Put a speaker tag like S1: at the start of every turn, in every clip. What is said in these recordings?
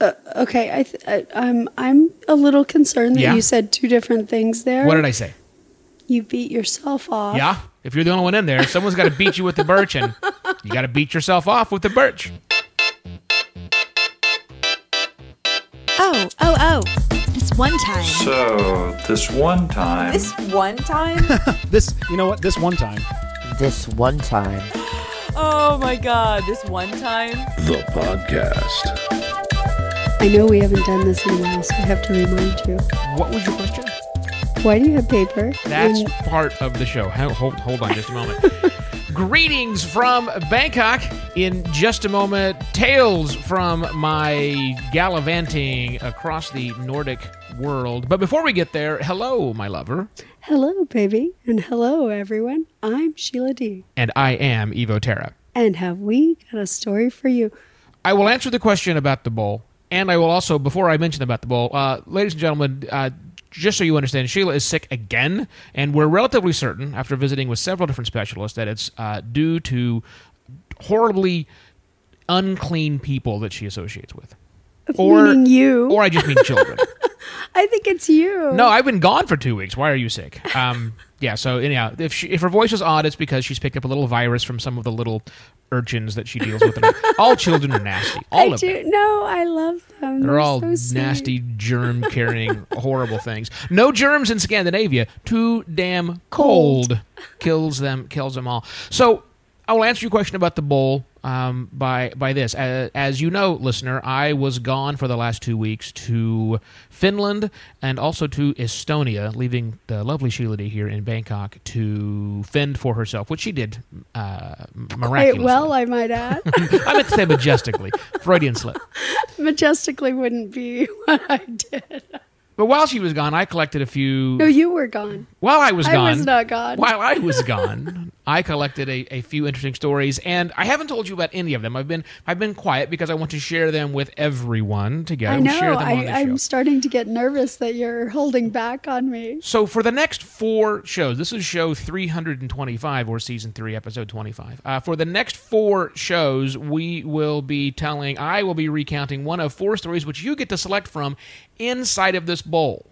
S1: Uh, okay, I th- I- I'm I'm a little concerned that
S2: Yeah?
S1: you said two different things there.
S2: What did I say?
S1: You beat yourself off.
S2: Yeah. If you're the only one in there, someone's got to beat you with the birch, and you got to beat yourself off with the birch.
S3: Oh, oh, oh. This one time.
S4: So, this one time.
S5: This one time?
S6: This, you know what? This one time.
S7: This one time.
S5: oh my god, this one time?
S8: The podcast.
S1: I know we haven't done this in a while, so I have to remind you.
S2: What was your question?
S1: Why do you have paper?
S2: That's
S1: And
S2: part of the show. Ho- Hold, hold on just a moment. Greetings from Bangkok. In just a moment, tales from my gallivanting across the Nordic world. But before we get there, hello, my lover.
S1: hello, baby, and hello, everyone. I'm Sheila D.
S2: And I am Evo Terra.
S1: And have we got a story for you?
S2: I will answer the question about the bowl, and I will also, before I mention about the bowl, uh, ladies and gentlemen, uh, just so you understand, Sheila is sick again, and we're relatively certain, after visiting with several different specialists, that it's uh, due to horribly unclean people that she associates with.
S1: Meaning you.
S2: Or I just mean children.
S1: I think it's you.
S2: no, I've been gone for two weeks. Why are you sick? Um, yeah, so anyhow, if, she, if her voice is odd, it's because she's picked up a little virus from some of the little urchins that she deals with. in her- All children are nasty. All
S1: I
S2: of
S1: do.
S2: them.
S1: No, I love them.
S2: They're all
S1: so sweet.
S2: nasty, germ carrying, horrible things. No germs in Scandinavia. Too damn cold. Kills them. Kills them all. So I will answer your question about the bowl um, by by this. As, as you know, listener, I was gone for the last two weeks to Finland and also to Estonia, leaving the lovely Sheila D here in Bangkok to fend for herself, which she did uh, miraculously.
S1: Quite well, uh, I might add.
S2: I meant to say majestically. Freudian slip.
S1: Majestically wouldn't be what I did.
S2: But while she was gone, I collected a few.
S1: No, you were gone.
S2: while I was
S1: I
S2: gone,
S1: was not gone.
S2: While I was gone, I collected a, a few interesting stories, and I haven't told you about any of them. I've been I've been quiet because I want to share them with everyone together.
S1: I know.
S2: Share them
S1: I,
S2: on the show.
S1: I'm starting to get nervous that you're holding back on me.
S2: So for the next four shows, this is show 325 or season three, episode 25. Uh, for the next four shows, we will be telling, I will be recounting one of four stories which you get to select from inside of this bowl.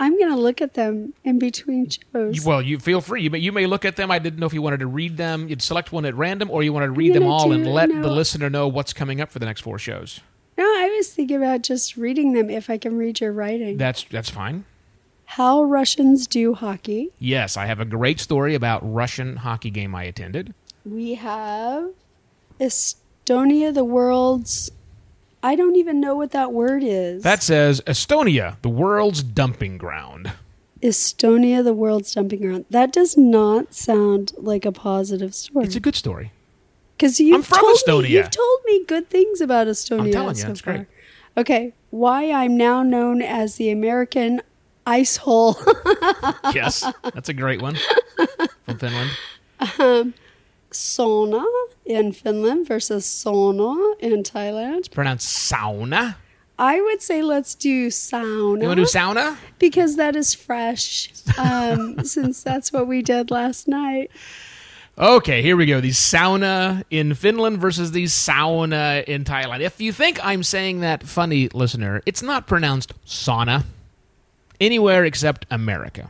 S1: I'm going to look at them in between shows.
S2: You- Well, you feel free. You may, you may look at them. I didn't know if you wanted to read them. You'd select one at random, or you wanted to read them
S1: gonna
S2: all and
S1: do-
S2: let the
S1: no.
S2: listener know what's coming up for the next four shows.
S1: no, I was thinking about just reading them if I can read your writing.
S2: That's that's fine.
S1: How Russians do hockey.
S2: Yes, I have a great story about Russian hockey game I attended.
S1: We have Estonia, the world's. I don't even know what that word is.
S2: That says Estonia, the world's dumping ground.
S1: Estonia, the world's dumping ground. That does not sound like a positive story.
S2: It's a good story.
S1: Because you've
S2: I'm from
S1: told
S2: Estonia.
S1: Me, you've told me good things about Estonia.
S2: I'm telling you,
S1: so
S2: it's
S1: far.
S2: great.
S1: Okay, why I'm now known as the American ice hole.
S2: Yes, that's a great one from Finland.
S1: sauna in Finland versus sauna in Thailand.
S2: Pronounced sauna.
S1: I would say let's do sauna
S2: You want to do sauna?
S1: because that is fresh. Um, since that's what we did last night.
S2: Okay, here we go. The sauna in Finland versus the sauna in Thailand. If you think I'm saying that funny, listener, it's not pronounced sauna anywhere except America.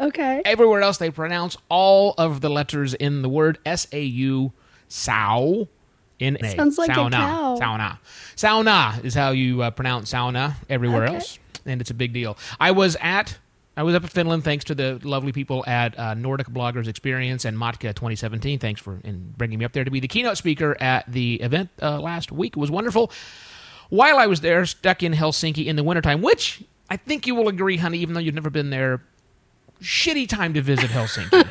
S1: Okay.
S2: Everywhere else, they pronounce all of the letters in the word S A U, sow. In a
S1: Sounds like a
S2: sauna,
S1: cow.
S2: sauna, sauna is how you uh, pronounce sauna everywhere
S1: Okay.
S2: else, and it's a big deal. I was at, I was up in Finland thanks to the lovely people at uh, Nordic Bloggers Experience and Matka 2017. Thanks for in bringing me up there to be the keynote speaker at the event uh, last week. It was wonderful while I was there, stuck in Helsinki in the wintertime, which I think you will agree, honey, even though you've never been there, shitty time to visit Helsinki.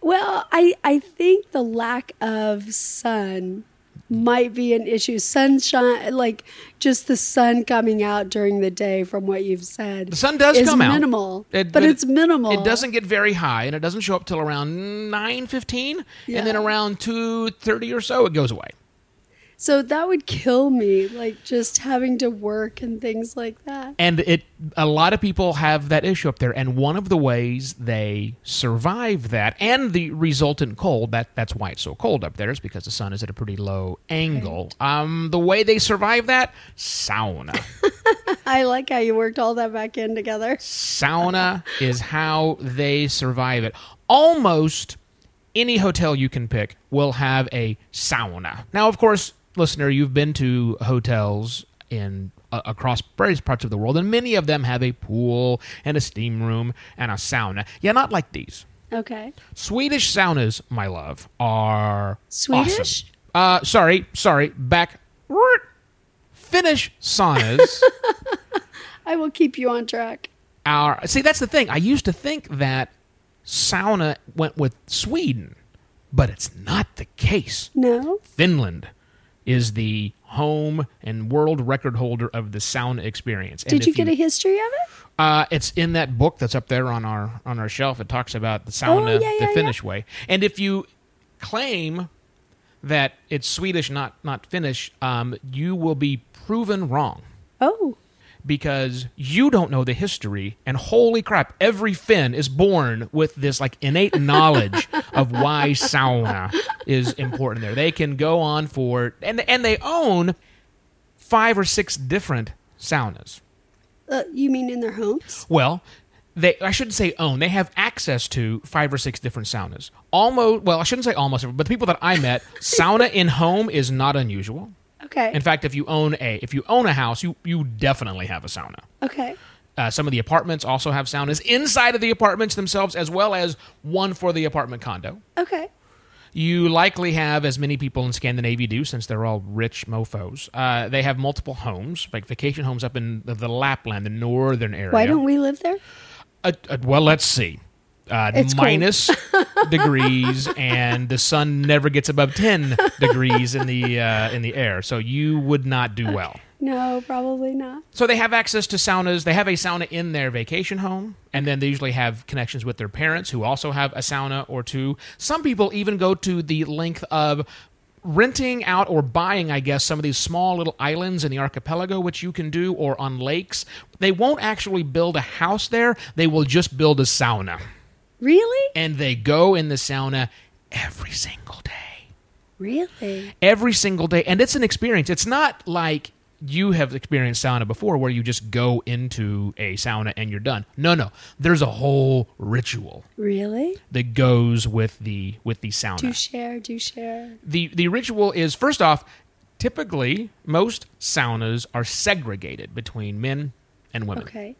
S1: Well, I I think the lack of sun might be an issue. Sunshine, like just the sun coming out during the day, from what you've said,
S2: the sun does
S1: is
S2: come out.
S1: minimal,
S2: It-
S1: but it's minimal.
S2: It doesn't get very high, and it doesn't show up till around 9.15, and then
S1: Yeah.
S2: around 2.30 or so, it goes away.
S1: So that would kill me, like just having to work and things like that.
S2: and it a lot of people have that issue up there and one of the ways they survive that and the resultant cold that that's why it's so cold up there is because the sun is at a pretty low angle um the way they survive that sauna
S1: I like how you worked all that back in together.
S2: sauna is how they survive it almost any hotel you can pick will have a sauna now of course listener you've been to hotels in uh, across various parts of the world and many of them have a pool and a steam room and a sauna yeah not like these
S1: Okay.
S2: swedish saunas my love are
S1: Swedish?
S2: awesome. uh sorry sorry back finnish saunas
S1: I will keep you on track.
S2: our see that's the thing i used to think that sauna went with sweden but it's not the case
S1: No?
S2: finland is the home and world record holder of the sauna experience And
S1: Did
S2: if
S1: you get a history of it?
S2: uh, it's in that book that's up there on our on our shelf. It talks about the sauna,
S1: Oh, yeah,
S2: the
S1: yeah,
S2: Finnish way. And if you claim that it's Swedish, not not Finnish, um, you will be proven wrong
S1: Oh.
S2: because you don't know the history and holy crap every finn is born with this like innate knowledge of why sauna is important there they can go on for and and they own five or six different saunas
S1: Uh, you mean in their homes?
S2: well they i shouldn't say own they have access to five or six different saunas almost well i shouldn't say almost but the people that i met sauna in home is not unusual
S1: Okay.
S2: in fact if you own a if you own a house you you definitely have a sauna
S1: okay.
S2: uh, some of the apartments also have saunas inside of the apartments themselves, as well as one for the apartment condo.
S1: Okay.
S2: You likely have, as many people in Scandinavia do, since they're all rich mofos. Uh, they have multiple homes, like vacation homes up in the, the Lapland, the northern area.
S1: Why don't we live there?
S2: Uh, uh, well, let's see. Uh,
S1: It's cold.
S2: minus degrees, and the sun never gets above ten degrees in the uh, in the air, so you would not do well.
S1: No, probably not.
S2: So they have access to saunas. They have a sauna in their vacation home, and then they usually have connections with their parents who also have a sauna or two. Some people even go to the length of renting out or buying, I guess, some of these small little islands in the archipelago, which you can do, or on lakes. They won't actually build a house there, they will just build a sauna.
S1: Really?
S2: And they go in the sauna every single day
S1: Really?
S2: every single day and it's an experience it's not like you have experienced sauna before where you just go into a sauna and you're done no no there's a whole ritual
S1: Really?
S2: that goes with the with the sauna
S1: Do share, do share.
S2: the the ritual is first off typically most saunas are segregated between men and women
S1: Okay.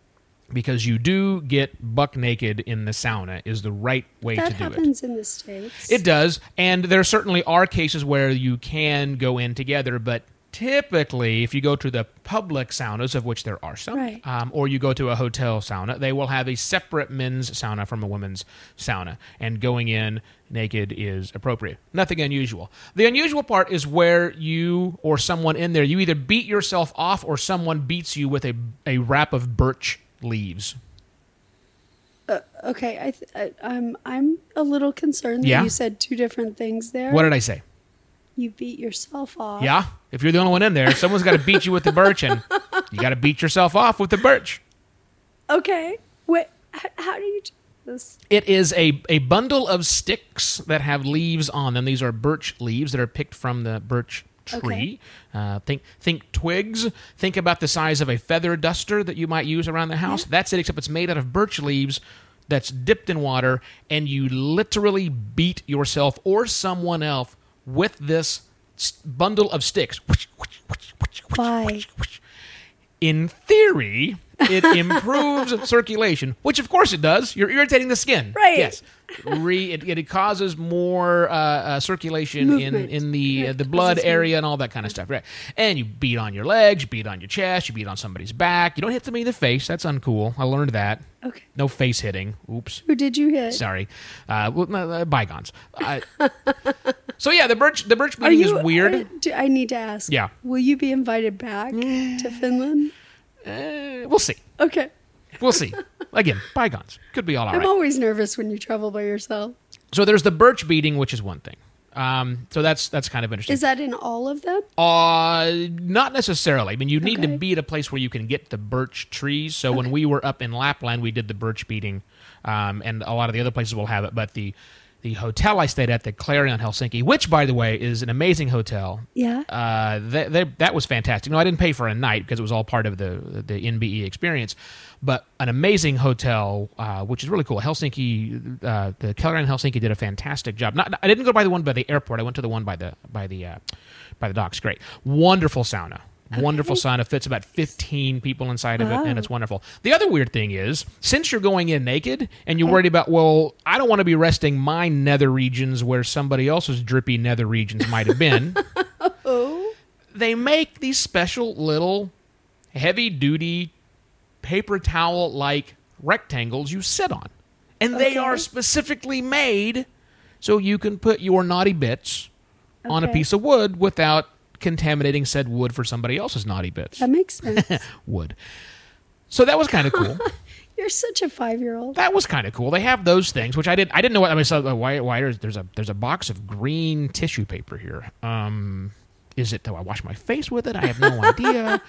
S2: because you do get buck naked in the sauna is the right way
S1: That
S2: to do it
S1: happens in the States.
S2: it does, and there certainly are cases where you can go in together, but typically, if you go to the public saunas, of which there are some,
S1: Right.
S2: um, or you go to a hotel sauna, they will have a separate men's sauna from a women's sauna, and going in naked is appropriate. Nothing unusual. The unusual part is where you or someone in there, you either beat yourself off or someone beats you with a, a wrap of birch leaves.
S1: Uh, Okay, I th- I, I'm I'm a little concerned that
S2: Yeah?
S1: you said two different things there.
S2: What did I say?
S1: you beat yourself off.
S2: Yeah. If you're the only one in there, someone's got to beat you with the birch, and you got to beat yourself off with the birch.
S1: Okay. Wait. How, how do you do this?
S2: It is a, a bundle of sticks that have leaves on them. These are birch leaves that are picked from the birch tree. Uh, think think twigs. Think about the size of a feather duster that you might use around the house. That's it, except it's made out of birch leaves that's dipped in water, and you literally beat yourself or someone else with this s- bundle of sticks.
S1: Why?
S2: in theory, it improves circulation, which of course it does. You're irritating the skin,
S1: Right.
S2: Yes, Re, it, it causes more uh, uh, circulation
S1: Movement.
S2: in in the uh, the
S1: it
S2: blood
S1: causes movement.
S2: area and all that kind of stuff, right? And you beat on your legs, you beat on your chest, you beat on somebody's back. You don't hit somebody in the face. That's uncool. I learned that.
S1: Okay.
S2: No face hitting. Oops.
S1: Who did you hit?
S2: Sorry. Uh, well, no, uh, bygones. I, so yeah, the birch the birch
S1: Are
S2: meeting
S1: you uh,
S2: is weird.
S1: are- do, I need to ask.
S2: Yeah.
S1: Will you be invited back to Finland?
S2: Uh, we'll see.
S1: Okay.
S2: We'll see. Again, bygones could be all all
S1: I'm
S2: right.
S1: always nervous when you travel by yourself.
S2: So there's the birch beating, which is one thing. Um, so that's that's kind of interesting.
S1: Is that in all of them?
S2: Uh, not necessarily. I mean, you need
S1: Okay.
S2: to be at a place where you can get the birch trees. So when we were up in Lapland, we did the birch beating, um, and a lot of the other places will have it. But the the hotel I stayed at, the Clarion Helsinki, which by the way is an amazing hotel.
S1: Yeah.
S2: Uh, that that- that was fantastic. No, I didn't pay for a night because it was all part of the the NBE experience, but an amazing hotel, uh, which is really cool. Helsinki, uh, the Kelleran Helsinki did a fantastic job. Not, I didn't go by the one by the airport. I went to the one by the by the uh, by the docks. Great, wonderful sauna. Wonderful sauna fits about 15 people inside of it, and it's wonderful. The other weird thing is, since you're going in naked and you're worried about, well, I don't want to be resting my nether regions where somebody else's drippy nether regions might have been they make these special little heavy duty paper towel like rectangles you sit on. And they are specifically made so you can put your naughty bits on a
S1: Okay.
S2: piece of wood without contaminating said wood for somebody else's naughty bits.
S1: That makes sense.
S2: wood. So that was kind of cool.
S1: You're such a five year old.
S2: that was kind of cool. They have those things, which I didn't. I didn't know what I mean. So uh, why? Why there's, there's a there's a box of green tissue paper here. Um, is it? Do I wash my face with it? I have no idea.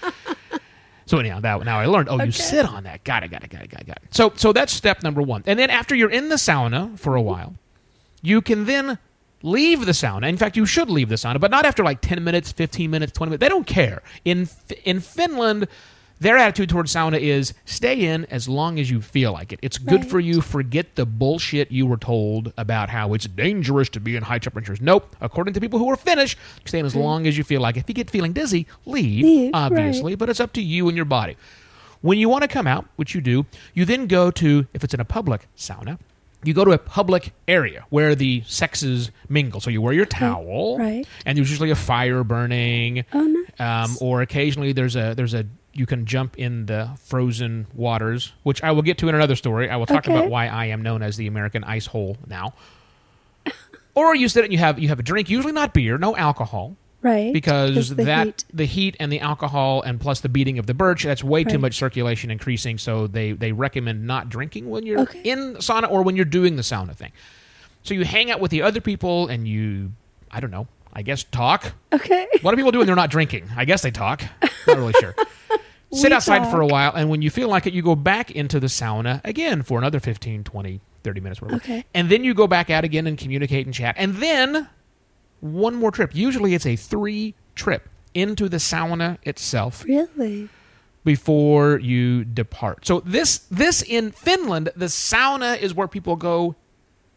S2: So anyhow, that now I learned. Oh, you sit on that. Got it. Got it. Got it. Got it. Got it. So so that's step number one. And then after you're in the sauna for a while, you can then leave the sauna. In fact, you should leave the sauna, but not after like 10 minutes, 15 minutes, 20 minutes. They don't care. In F- in Finland, their attitude towards sauna is stay in as long as you feel like it. It's good for you. Forget the bullshit you were told about how it's dangerous to be in high temperatures. Nope. According to people who are Finnish, stay in as long as you feel like. it. If you get feeling dizzy, leave,
S1: Leave,
S2: obviously, but it's up to you and your body. When you want to come out, which you do, you then go to, if it's in a public sauna, you go to a public area where the sexes mingle. So you wear your towel,
S1: right. Oh,
S2: And there's usually a fire burning, um, or occasionally there's a there's a you can jump in the frozen waters, which I will get to in another story. I will talk
S1: Okay.
S2: about why I am known as the American ice hole now. or you sit and you have you have a drink, usually not beer, no alcohol
S1: Right.
S2: because
S1: the
S2: that
S1: heat.
S2: the heat and the alcohol and plus the beating of the birch that's way too
S1: Right.
S2: much circulation increasing so they they recommend not drinking when you're
S1: Okay.
S2: in the sauna or when you're doing the sauna thing so you hang out with the other people and you i don't know i guess talk
S1: Okay.
S2: what do people do when they're not drinking i guess they talk not really sure sit outside for a while and when you feel like it you go back into the sauna again for another 15 20 30 minutes whatever.
S1: Okay.
S2: and then you go back out again and communicate and chat and then one more trip usually it's a three trip into the sauna itself
S1: Really?
S2: before you depart so this this in finland the sauna is where people go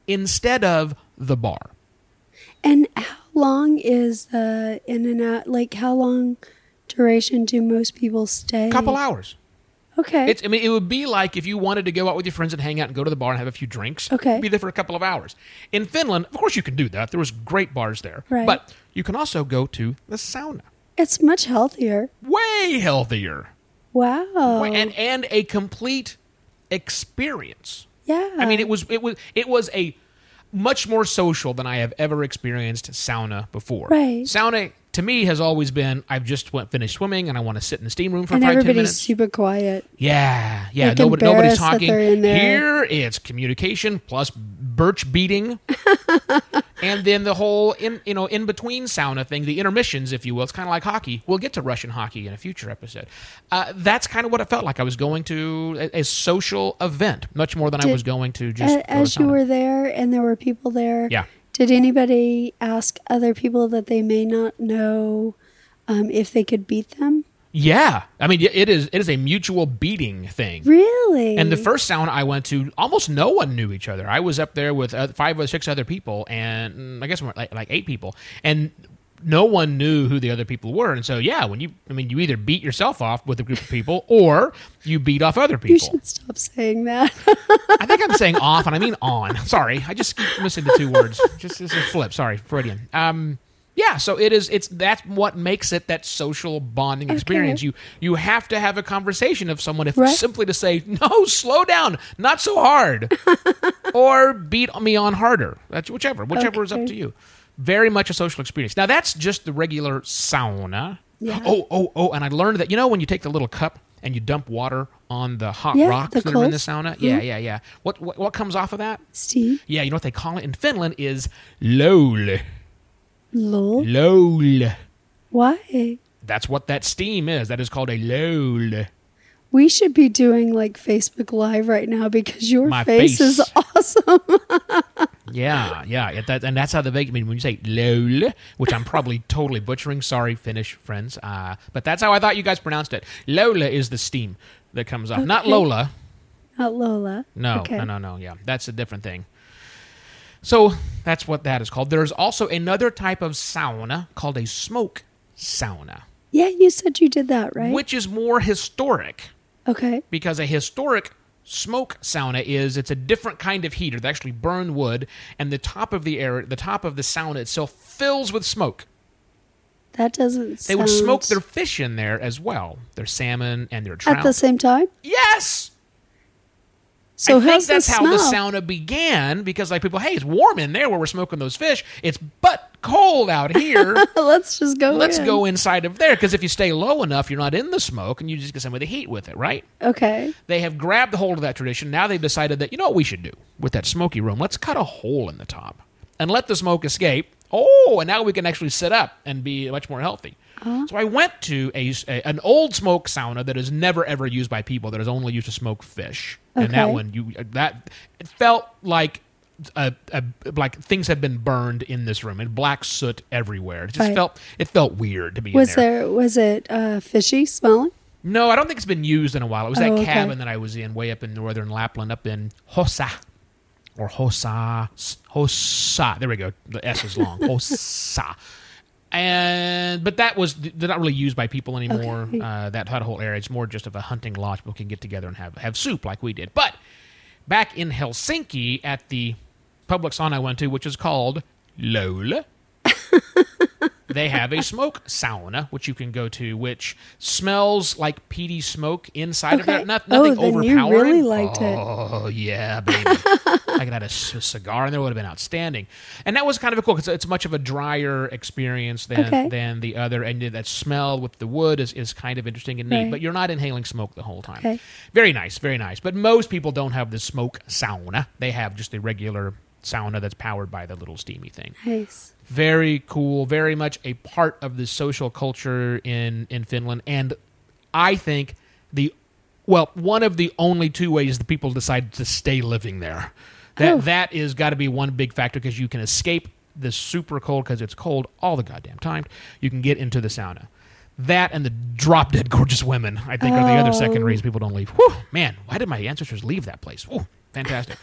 S2: instead of the bar
S1: And how long is the in and out? Like, how long duration do most people stay?
S2: a couple hours
S1: Okay.
S2: It's, I mean, it would be like if you wanted to go out with your friends and hang out and go to the bar and have a few drinks.
S1: Okay.
S2: Be there for a couple of hours. In Finland, of course, you can do that. There was great bars there.
S1: Right.
S2: But you can also go to the sauna.
S1: it's much healthier.
S2: Way healthier.
S1: Wow.
S2: Way- And and a complete experience.
S1: yeah.
S2: I mean, it was it was it was a much more social than I have ever experienced sauna before.
S1: Right.
S2: Sauna to me has always been I've just went finished swimming and I want to sit in the steam room for
S1: and
S2: five ten
S1: everybody's
S2: minutes.
S1: super quiet.
S2: Yeah, yeah.
S1: Like
S2: Nobody, nobody's
S1: embarrassed that
S2: talking.
S1: they're in there.
S2: Here, it's communication plus birch beating, and then the whole in you know in between sauna thing, the intermissions, if you will. It's kind of like hockey. We'll get to Russian hockey in a future episode. Uh, that's kind of what it felt like. I was going to a, a social event much more than I
S1: Did-
S2: was going to just go
S1: A-
S2: to
S1: as you
S2: sauna.
S1: were there, and there were people there.
S2: Yeah.
S1: Did anybody ask other people that they may not know um, if they could beat them?
S2: Yeah, I mean it is it is a mutual beating thing.
S1: Really?
S2: And the first sound I went to, almost no one knew each other. I was up there with uh, five or six other people, and mm, I guess more like, like eight people, and no one knew who the other people were. And so, yeah, when you, I mean, you either beat yourself off with a group of people, or you beat off other
S1: you
S2: people.
S1: should stop saying that.
S2: I think I'm saying off, and I mean on. Sorry, I just keep missing the two words. Just it's a flip. Sorry, Freudian. Um, yeah. So it is. It's that's what makes it that social bonding experience. You you have to have a conversation of someone if
S1: Right.
S2: simply to say no, slow down, not so hard, or beat me on harder. That's whichever, whichever is up
S1: Okay.
S2: to you. Very much a social experience. Now that's just the regular sauna.
S1: Yeah.
S2: Oh oh oh, and I learned that you know when you take the little cup and you dump water on the hot
S1: Yeah,
S2: rocks
S1: the Mm-hmm.
S2: that are in the
S1: coals.
S2: sauna. Yeah, yeah, yeah. What, what what comes off of that?
S1: Steve.
S2: Yeah, you know what they call it in Finland is lol.
S1: Lol.
S2: LOL.
S1: Why?
S2: That's what that steam is. That is called a LOL.
S1: We should be doing like Facebook Live right now because your
S2: My
S1: face,
S2: face.
S1: is awesome.
S2: Yeah, yeah, yeah, that, and that's how the Vegas. I mean, when you say "lol," which I'm probably totally butchering. Sorry, Finnish friends, uh, but that's how I thought you guys pronounced it. Lola is the steam that comes off, not
S1: Okay.
S2: Lola.
S1: Not Lola.
S2: No,
S1: Okay.
S2: no, no, no. Yeah, that's a different thing. So that's what that is called. There's also another type of sauna called a smoke sauna,
S1: Yeah, you said you did that, right?
S2: which is more historic
S1: okay.
S2: because a historic smoke sauna is it's a different kind of heater. They actually burn wood, and the top of the air, the top of the sauna itself fills with smoke.
S1: That doesn't
S2: They would smoke their
S1: sound-
S2: fish in there as well, their salmon and their trout.
S1: at the same time.
S2: yes.
S1: So
S2: I think
S1: how's
S2: that's
S1: the
S2: how
S1: smell?
S2: the sauna began because like people, hey, it's warm in there where we're smoking those fish. It's but cold out here.
S1: Let's just go.
S2: Let's
S1: in.
S2: go inside of there because if you stay low enough, you're not in the smoke and you just get some of the heat with it, right?
S1: Okay.
S2: They have grabbed hold of that tradition. Now they've decided that you know what we should do with that smoky room. Let's cut a hole in the top and let the smoke escape. Oh, and now we can actually sit up and be much more healthy.
S1: Uh-huh.
S2: So I went to a, a- an old smoke sauna that is never ever used by people. That is only used to smoke fish. And that
S1: Okay.
S2: one, you uh, that it felt like. A, a, like things have been burned in this room and black soot everywhere. It just
S1: Right.
S2: felt it felt weird to be in
S1: Was
S2: there.
S1: there was it uh, fishy smelling?
S2: No, I don't think it's been used in a while. It was
S1: Oh,
S2: that
S1: okay.
S2: cabin that I was in way up in northern Lapland, up in Hossa. Or Hossa. Hossa. There we go. The S is long. Hossa. And but that was they're not really used by people anymore. Uh, that that whole area. It's more just of a hunting lodge. People can get together and have have soup like we did. But back in Helsinki at the public sauna I went to, which is called Lola they have a smoke sauna which you can go to which smells like peaty smoke inside of
S1: Okay.
S2: it Not,
S1: Oh,
S2: nothing
S1: then you
S2: overpowering
S1: really liked it.
S2: oh yeah baby i could have had a c- cigar in there would have been outstanding and that was kind of a cool because it's much of a drier experience than
S1: Okay.
S2: than the other and that smell with the wood is, is kind of interesting and neat
S1: Right.
S2: but you're not inhaling smoke the whole time
S1: Okay.
S2: very nice very nice but most people don't have the smoke sauna they have just a regular sauna that's powered by the little steamy thing
S1: Nice.
S2: very cool, very much a part of the social culture in in Finland, and I think the well, one of the only two ways the people decide to stay living there. That
S1: Oh.
S2: that is got to be one big factor because you can escape the super cold because it's cold all the goddamn time. You can get into the sauna. That and the drop dead gorgeous women, I think, are the other second
S1: Oh.
S2: reason people don't leave. Whew, man, why did my ancestors leave that place? Whew, fantastic.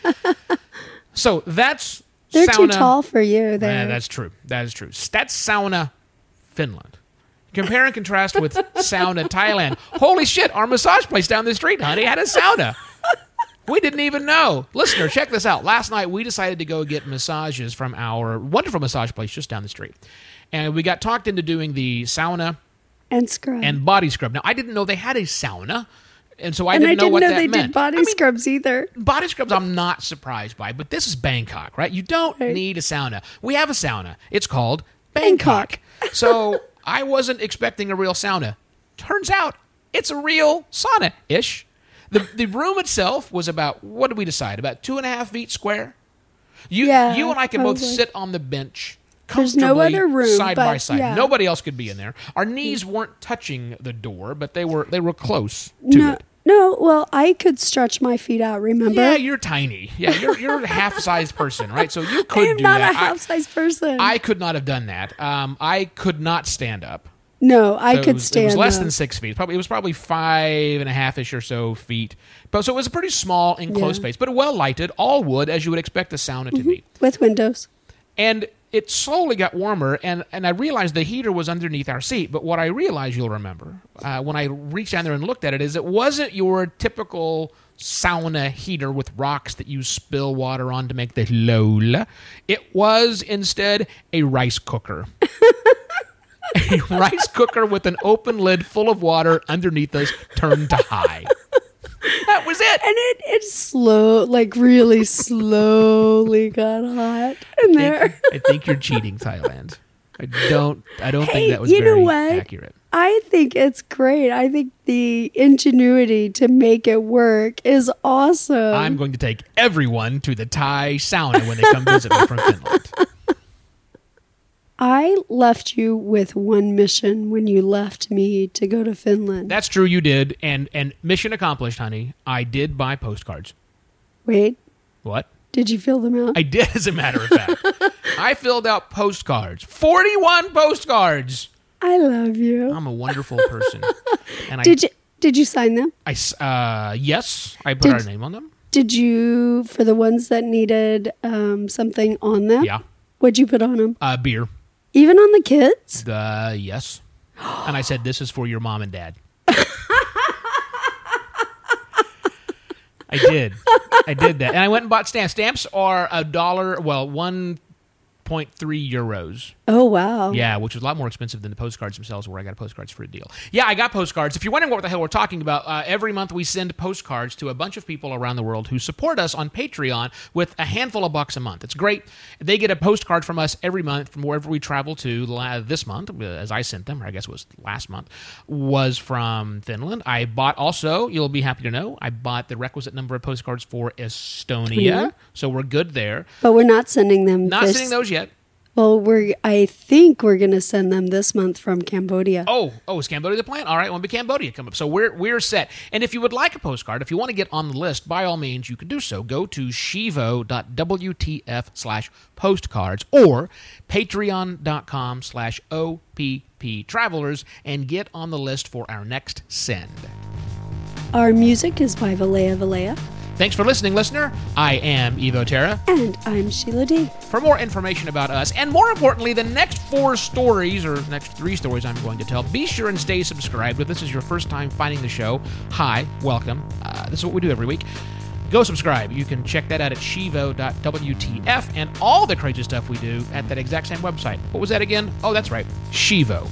S2: so that's
S1: They're too
S2: sauna.
S1: tall for you. There.
S2: Yeah, that's true. That is true. That's sauna, Finland. Compare and contrast with sauna, Thailand. Holy shit, our massage place down the street, honey, had a sauna. We didn't even know. Listener, check this out. Last night we decided to go get massages from our wonderful massage place just down the street. And we got talked into doing the sauna
S1: and scrub.
S2: and body scrub. Now, I didn't know they had a sauna. And so I
S1: And
S2: didn't
S1: I
S2: know what that
S1: they
S2: meant.
S1: did body
S2: I mean,
S1: scrubs either.
S2: body scrubs I'm not surprised by, but this is Bangkok, right? You don't
S1: Right.
S2: need a sauna. We have a sauna. It's called Bangkok.
S1: Bangkok.
S2: so I wasn't expecting a real sauna. Turns out it's a real sauna ish. The the room itself was about what did we decide? About two and a half feet square. You
S1: Yeah,
S2: you and I can
S1: I
S2: both
S1: was like-
S2: sit on the bench.
S1: There's no
S2: comfortably,
S1: other room,
S2: side
S1: but
S2: by side.
S1: yeah.
S2: Nobody else could be in there. Our knees weren't touching the door, but they were they were close to
S1: No,
S2: it.
S1: no. Well, I could stretch my feet out. Remember,
S2: Yeah, you're tiny. Yeah, you're you're a half sized person, right? So you could
S1: I am
S2: do
S1: not
S2: that.
S1: a
S2: I-
S1: half-sized person.
S2: I, could not have done that. Um, I could not stand up.
S1: no, I
S2: So it
S1: could
S2: was-
S1: stand.
S2: It was less
S1: up.
S2: than six feet. Probably it was probably five and a half ish or so feet. But so it was a pretty small enclosed
S1: Yeah. Mm-hmm.
S2: space, but well lighted, all wood as you would expect a sauna to be.
S1: with windows.
S2: And it slowly got warmer, and, and I realized the heater was underneath our seat. But what I realized, you'll remember, uh, when I reached down there and looked at it, is it wasn't your typical sauna heater with rocks that you spill water on to make the lola. It was instead a rice cooker. a rice cooker with an open lid full of water underneath us turned to high. That was it.
S1: And it it slow, like really slowly got hot in
S2: think-
S1: there.
S2: I think you're cheating, Thailand. I don't. I don't think
S1: Hey,
S2: that was
S1: you know
S2: very
S1: what?
S2: accurate.
S1: I think it's great. I think the ingenuity to make it work is awesome.
S2: I'm going to take everyone to the Thai sauna when they come visit me from Finland.
S1: I left you with one mission when you left me to go to Finland.
S2: That's true. You did, and and mission accomplished, honey. I did buy postcards.
S1: Wait,
S2: What?
S1: did you fill them out?
S2: I did, as a matter of fact. I filled out postcards. Forty-one postcards.
S1: I Oh love you.
S2: I'm a wonderful person. And I,
S1: Did you did you sign them?
S2: I s- uh, yes, I put
S1: Did-
S2: our name on them.
S1: Did you for the ones that needed um, something on them?
S2: Yeah.
S1: What'd you put on them?
S2: Uh, beer.
S1: Even on the kids?
S2: Uh, yes. And I said, "This is for your mom and dad." I did. I did that, and I went and bought stamps. Stamps are a dollar. Well, one point three euros.
S1: Oh wow.
S2: Yeah, which was a lot more expensive than the postcards themselves, where I got postcards for a deal. Yeah, I got postcards. If you're wondering what the hell we're talking about, uh, every month we send postcards to a bunch of people around the world who support us on Patreon with a handful of bucks a month. It's great. They get a postcard from us every month from wherever we travel to. La- This month, uh, as I sent them, or I guess it was last month, was from Finland. I bought also, you'll be happy to know, I bought the requisite number of postcards for Estonia.
S1: Yeah.
S2: So we're good there.
S1: But we're not sending them.
S2: Not
S1: this-
S2: sending those yet.
S1: Well, we're. I think we're gonna send them this month from Cambodia.
S2: Oh, oh, is Cambodia the plan? All right, when be Cambodia come up? So we're we're set. And if you would like a postcard, if you want to get on the list, by all means, you can do so. Go to shivo.wtf slash postcards or patreon.com slash OPP travelers and get on the list for our next send.
S1: Our music is by Valea Valea,
S2: Thanks for listening, listener. I am Evo Terra.
S1: and I'm Sheila D.
S2: For more information about us, and more importantly, the next four stories, or next three stories I'm going to tell, be sure and stay subscribed. If this is your first time finding the show, hi, welcome. Uh, this is what we do every week. Go subscribe. You can check that out at shivo.wtf and all the crazy stuff we do at that exact same website. What was that again? Oh, that's right, shivo.wtf.